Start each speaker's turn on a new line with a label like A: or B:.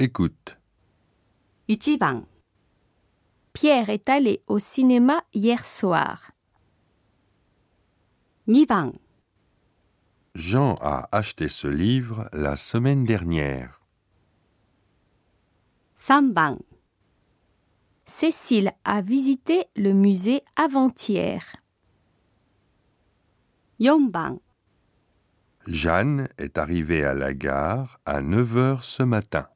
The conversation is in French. A: Écoute.
B: 1番、
C: Pierre est allé au cinéma hier soir.
B: 2番、
A: Jean a acheté ce livre la semaine dernière.
B: 3番、
C: Cécile a visité le musée avant-hier.
B: 4番、
A: Jeanne est arrivée à la gare à 9 heures ce matin.